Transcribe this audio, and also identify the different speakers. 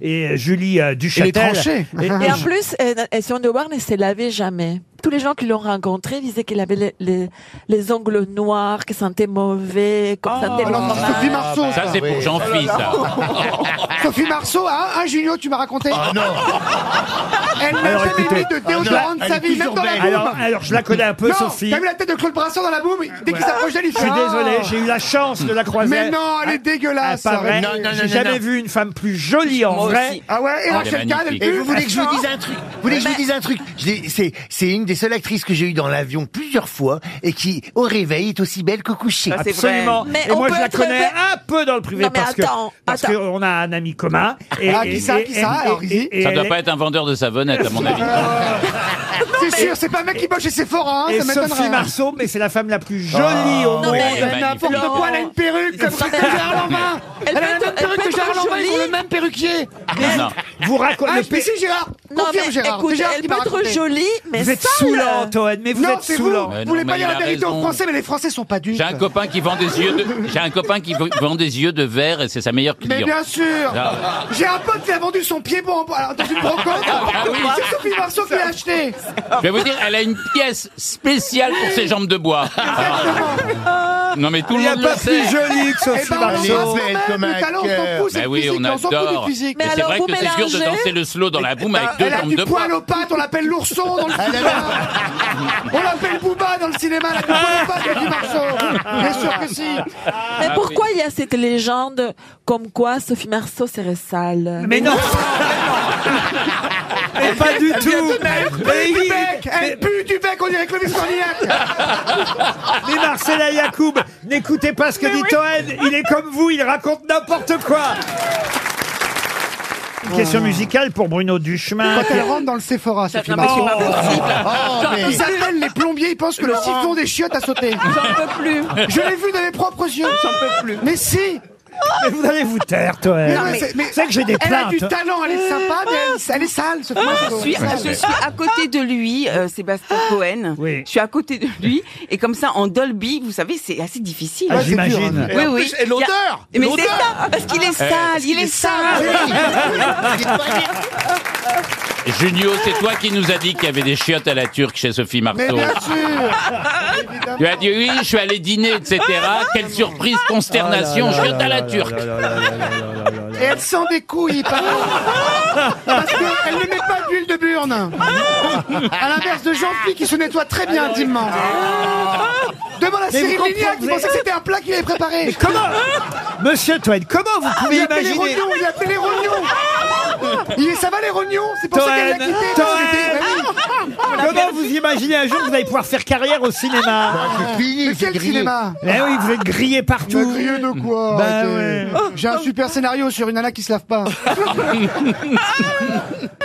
Speaker 1: et Julie euh, Duchâtel.
Speaker 2: tranchées.
Speaker 1: Et- et
Speaker 3: Et en
Speaker 1: Ju-
Speaker 3: plus, euh, euh, Sion de Warne ne s'est lavé jamais. Tous les gens qui l'ont rencontré disaient qu'il avait les, les, les ongles noirs, qu'il sentait mauvais, qu'on sentait
Speaker 2: Oh. alors,
Speaker 3: le
Speaker 2: c'est Sophie
Speaker 3: fromage.
Speaker 2: Marceau.
Speaker 4: Ah
Speaker 5: Ça, c'est pour Jean-Philippe, ça.
Speaker 2: Sophie Marceau, hein, hein, Junio, tu m'as raconté
Speaker 4: Ah non
Speaker 2: Elle n'a
Speaker 4: Alors,
Speaker 2: jamais
Speaker 4: écoutez.
Speaker 2: mis de déodorant de
Speaker 4: Elle
Speaker 2: sa
Speaker 4: est
Speaker 2: vie, même
Speaker 4: toujours
Speaker 2: dans la
Speaker 4: belle.
Speaker 2: boum
Speaker 1: alors, alors, je la connais un peu,
Speaker 2: Non,
Speaker 1: Euh, Sophie.
Speaker 2: t'as vu la tête de Claude Brasson dans la boum Dès qu'il s'approche d'elle, il
Speaker 1: Je
Speaker 2: fait
Speaker 1: suis
Speaker 2: Ah
Speaker 1: désolé, j'ai eu la chance de la croiser.
Speaker 2: Mais non, elle est
Speaker 1: Ah,
Speaker 2: dégueulasse
Speaker 1: pas vrai.
Speaker 4: Non, non, non,
Speaker 1: J'ai
Speaker 4: non,
Speaker 1: jamais
Speaker 4: non.
Speaker 1: vu une femme plus jolie en
Speaker 6: Moi
Speaker 1: vrai.
Speaker 6: aussi.
Speaker 2: Ah ouais, et
Speaker 5: Ah,
Speaker 2: Rachel
Speaker 5: elle est
Speaker 2: Kahn, elle
Speaker 5: magnifique.
Speaker 2: pue,
Speaker 4: Et vous voulez que je vous
Speaker 2: non
Speaker 4: dise un truc Vous voulez que je vous dise un truc Je l'ai- C'est c'est une des seules actrices que j'ai eues dans l'avion plusieurs fois et qui, au réveil, est aussi belle qu'au coucher.
Speaker 6: Ah, c'est vrai.
Speaker 1: Absolument.
Speaker 3: Mais
Speaker 1: et
Speaker 3: on
Speaker 1: moi,
Speaker 3: peut
Speaker 1: je la
Speaker 3: être
Speaker 1: connais
Speaker 3: belle-
Speaker 1: un peu dans le privé
Speaker 3: Non, mais
Speaker 1: parce que
Speaker 3: attends,
Speaker 1: parce
Speaker 3: attends.
Speaker 1: qu'on a un ami commun. Et,
Speaker 2: Ah, qui ça, qui ça, alors, Rizzi
Speaker 1: et-
Speaker 5: Ça doit
Speaker 1: et-
Speaker 5: pas être un vendeur de savonnettes, à mon avis.
Speaker 2: C'est sûr, c'est pas un mec qui bosse chez Sephora, hein,
Speaker 1: et
Speaker 2: ça m'étonnerait.
Speaker 1: Sophie
Speaker 2: hein.
Speaker 1: Marceau, mais c'est la femme la plus jolie au
Speaker 3: Non,
Speaker 1: monde.
Speaker 3: mais-
Speaker 5: Elle est
Speaker 2: N'importe
Speaker 5: magnifique.
Speaker 2: quoi, elle a une perruque comme
Speaker 3: Sophie-
Speaker 2: Gérard Lambin Elle
Speaker 3: peut
Speaker 2: a la
Speaker 3: être-
Speaker 2: même perruque
Speaker 3: elle peut
Speaker 2: que Gérard
Speaker 3: être
Speaker 2: Lambin, ils ont
Speaker 3: jolie.
Speaker 2: le même perruquier
Speaker 5: Non.
Speaker 1: Vous racontez.
Speaker 2: Ah,
Speaker 1: le
Speaker 2: je me
Speaker 1: pays-
Speaker 2: suis Gérard
Speaker 3: Non,
Speaker 2: Confirme,
Speaker 3: mais
Speaker 2: Gérard
Speaker 3: écoute,
Speaker 2: C'est Gérard
Speaker 3: elle
Speaker 2: qui
Speaker 3: peut
Speaker 2: m'a
Speaker 3: être
Speaker 2: raconté.
Speaker 3: jolie, mais
Speaker 1: Vous êtes
Speaker 3: sale.
Speaker 1: saoulant, Toen, mais vous
Speaker 2: non,
Speaker 1: êtes hein.
Speaker 2: c'est vous.
Speaker 1: saoulant.
Speaker 2: Vous
Speaker 5: Ouais,
Speaker 2: voulez
Speaker 5: non,
Speaker 2: pas
Speaker 5: mais
Speaker 2: dire
Speaker 5: il
Speaker 2: la
Speaker 5: a
Speaker 2: vérité aux
Speaker 5: raison.
Speaker 2: Français, mais les Français sont pas dupes.
Speaker 5: J'ai un copain qui vend des yeux de, j'ai un copain qui vend des yeux de verre et c'est sa meilleure
Speaker 2: Mais
Speaker 5: cliente.
Speaker 2: bien sûr
Speaker 5: Ah.
Speaker 2: J'ai un pote qui a vendu son pied pour en- alors, dans une brocante.
Speaker 5: Ah oui.
Speaker 2: C'est Sophie Marceau qui l'a acheté. Eh
Speaker 5: Je vais vous dire, elle a une pièce spéciale pour ses jambes de bois. Non mais tout
Speaker 1: Il
Speaker 5: le
Speaker 1: n'y a
Speaker 5: monde
Speaker 1: pas
Speaker 5: le sait.
Speaker 1: plus jolie que
Speaker 2: Eh
Speaker 1: Sophie
Speaker 2: ben, on embrasse
Speaker 1: Marceau.
Speaker 4: belle
Speaker 2: quand
Speaker 4: comme
Speaker 2: même
Speaker 4: un
Speaker 2: le talent, on s'en
Speaker 4: cœur.
Speaker 2: fout, c'est
Speaker 5: Bah
Speaker 2: le
Speaker 5: oui,
Speaker 2: physique,
Speaker 5: on
Speaker 2: on s'en fout
Speaker 5: adore.
Speaker 2: du physique.
Speaker 5: Mais
Speaker 3: Mais
Speaker 5: c'est
Speaker 3: alors,
Speaker 5: vrai
Speaker 3: vous
Speaker 5: que c'est sûr de
Speaker 3: mélangez
Speaker 5: danser le slow dans la boum avec deux
Speaker 2: Elle a
Speaker 5: jambes
Speaker 2: du
Speaker 5: de bois.
Speaker 2: poil aux pattes, on l'appelle l'ourson dans le cinéma. On l'appelle Booba dans le cinéma, elle a du poil aux pattes, Sophie Marceau. Bien sûr que si.
Speaker 3: Mais pourquoi il y a cette légende comme quoi Sophie Marceau serait sale
Speaker 1: Mais non Mais pas du tout Mais
Speaker 2: Du
Speaker 1: il-
Speaker 2: bec, elle pue du bec, on dirait que le Cornillac.
Speaker 1: Mais Marcella Yacoub, n'écoutez pas ce que dit Toen, il est comme vous, il raconte n'importe quoi Une question musicale pour Bruno Duchemin.
Speaker 2: Oh. Quand elle rentre dans le Sephora, Sophie Marceau.
Speaker 1: Oh,
Speaker 5: Ah.
Speaker 4: Oh, mais-
Speaker 2: Ils appellent les plombiers, ils pensent que le siphon des chiottes a sauté.
Speaker 3: J'en peux plus.
Speaker 2: Je l'ai vu de mes propres yeux. J'en peux plus. Mais si
Speaker 1: mais vous allez vous taire, Toen.
Speaker 2: Non, mais- mais-
Speaker 1: C'est que j'ai des
Speaker 2: Elle a du
Speaker 1: plaintes. hein.
Speaker 2: talent, elle est sympa, mais elle, elle est sale, Sophie
Speaker 6: Je
Speaker 2: Marceau.
Speaker 6: suis, je suis à côté de lui, euh, Sébastien Cohen.
Speaker 1: Oui.
Speaker 6: Je suis à côté de lui. Et comme ça, en Dolby, vous savez, c'est assez difficile.
Speaker 1: Ah,
Speaker 2: c'est dur, hein.
Speaker 1: J'imagine.
Speaker 6: oui, oui.
Speaker 4: Et l'odeur
Speaker 6: Mais c'est ça, parce qu'il est sale, il est sale.
Speaker 5: Junio, c'est toi qui nous a dit qu'il y avait des chiottes à la turque chez Sophie
Speaker 2: Mais
Speaker 5: Marceau.
Speaker 2: bien sûr
Speaker 5: Tu as dit oui, je suis allé dîner, etc. Quelle surprise,
Speaker 2: Ah
Speaker 5: consternation, chiottes à la turque.
Speaker 2: Et elle sent des couilles, pardon Parce qu'elle ne met pas d'huile de burne À l'inverse de Jean-Pierre qui se nettoie très bien intimement Demande à
Speaker 1: Mais
Speaker 2: Cyril
Speaker 1: vous
Speaker 2: Lignac qui
Speaker 1: comprenez-
Speaker 2: pensait que c'était un plat qu'il avait préparé
Speaker 1: Comment Monsieur Toen, comment vous
Speaker 2: Il
Speaker 1: pouvez
Speaker 2: a appelé les
Speaker 1: imaginer
Speaker 2: rognons, il a appelé les rognons Il est- Ça va les rognons C'est pour ça qu'elle l'a
Speaker 1: Toen,
Speaker 2: quitté parce que c'était- Ah
Speaker 1: Toen,
Speaker 2: Mais oui.
Speaker 1: Comment vous imaginez un jour que vous allez pouvoir faire carrière au cinéma
Speaker 4: C'est fini,
Speaker 2: Mais
Speaker 4: c'est
Speaker 2: quel
Speaker 4: grillé.
Speaker 2: cinéma
Speaker 1: Eh oui, vous êtes grillé
Speaker 2: Tu m'as
Speaker 1: partout.
Speaker 2: crié de quoi
Speaker 1: Bah
Speaker 2: arrêtez.
Speaker 1: ouais.
Speaker 2: J'ai un super scénario sur une nana qui se lave pas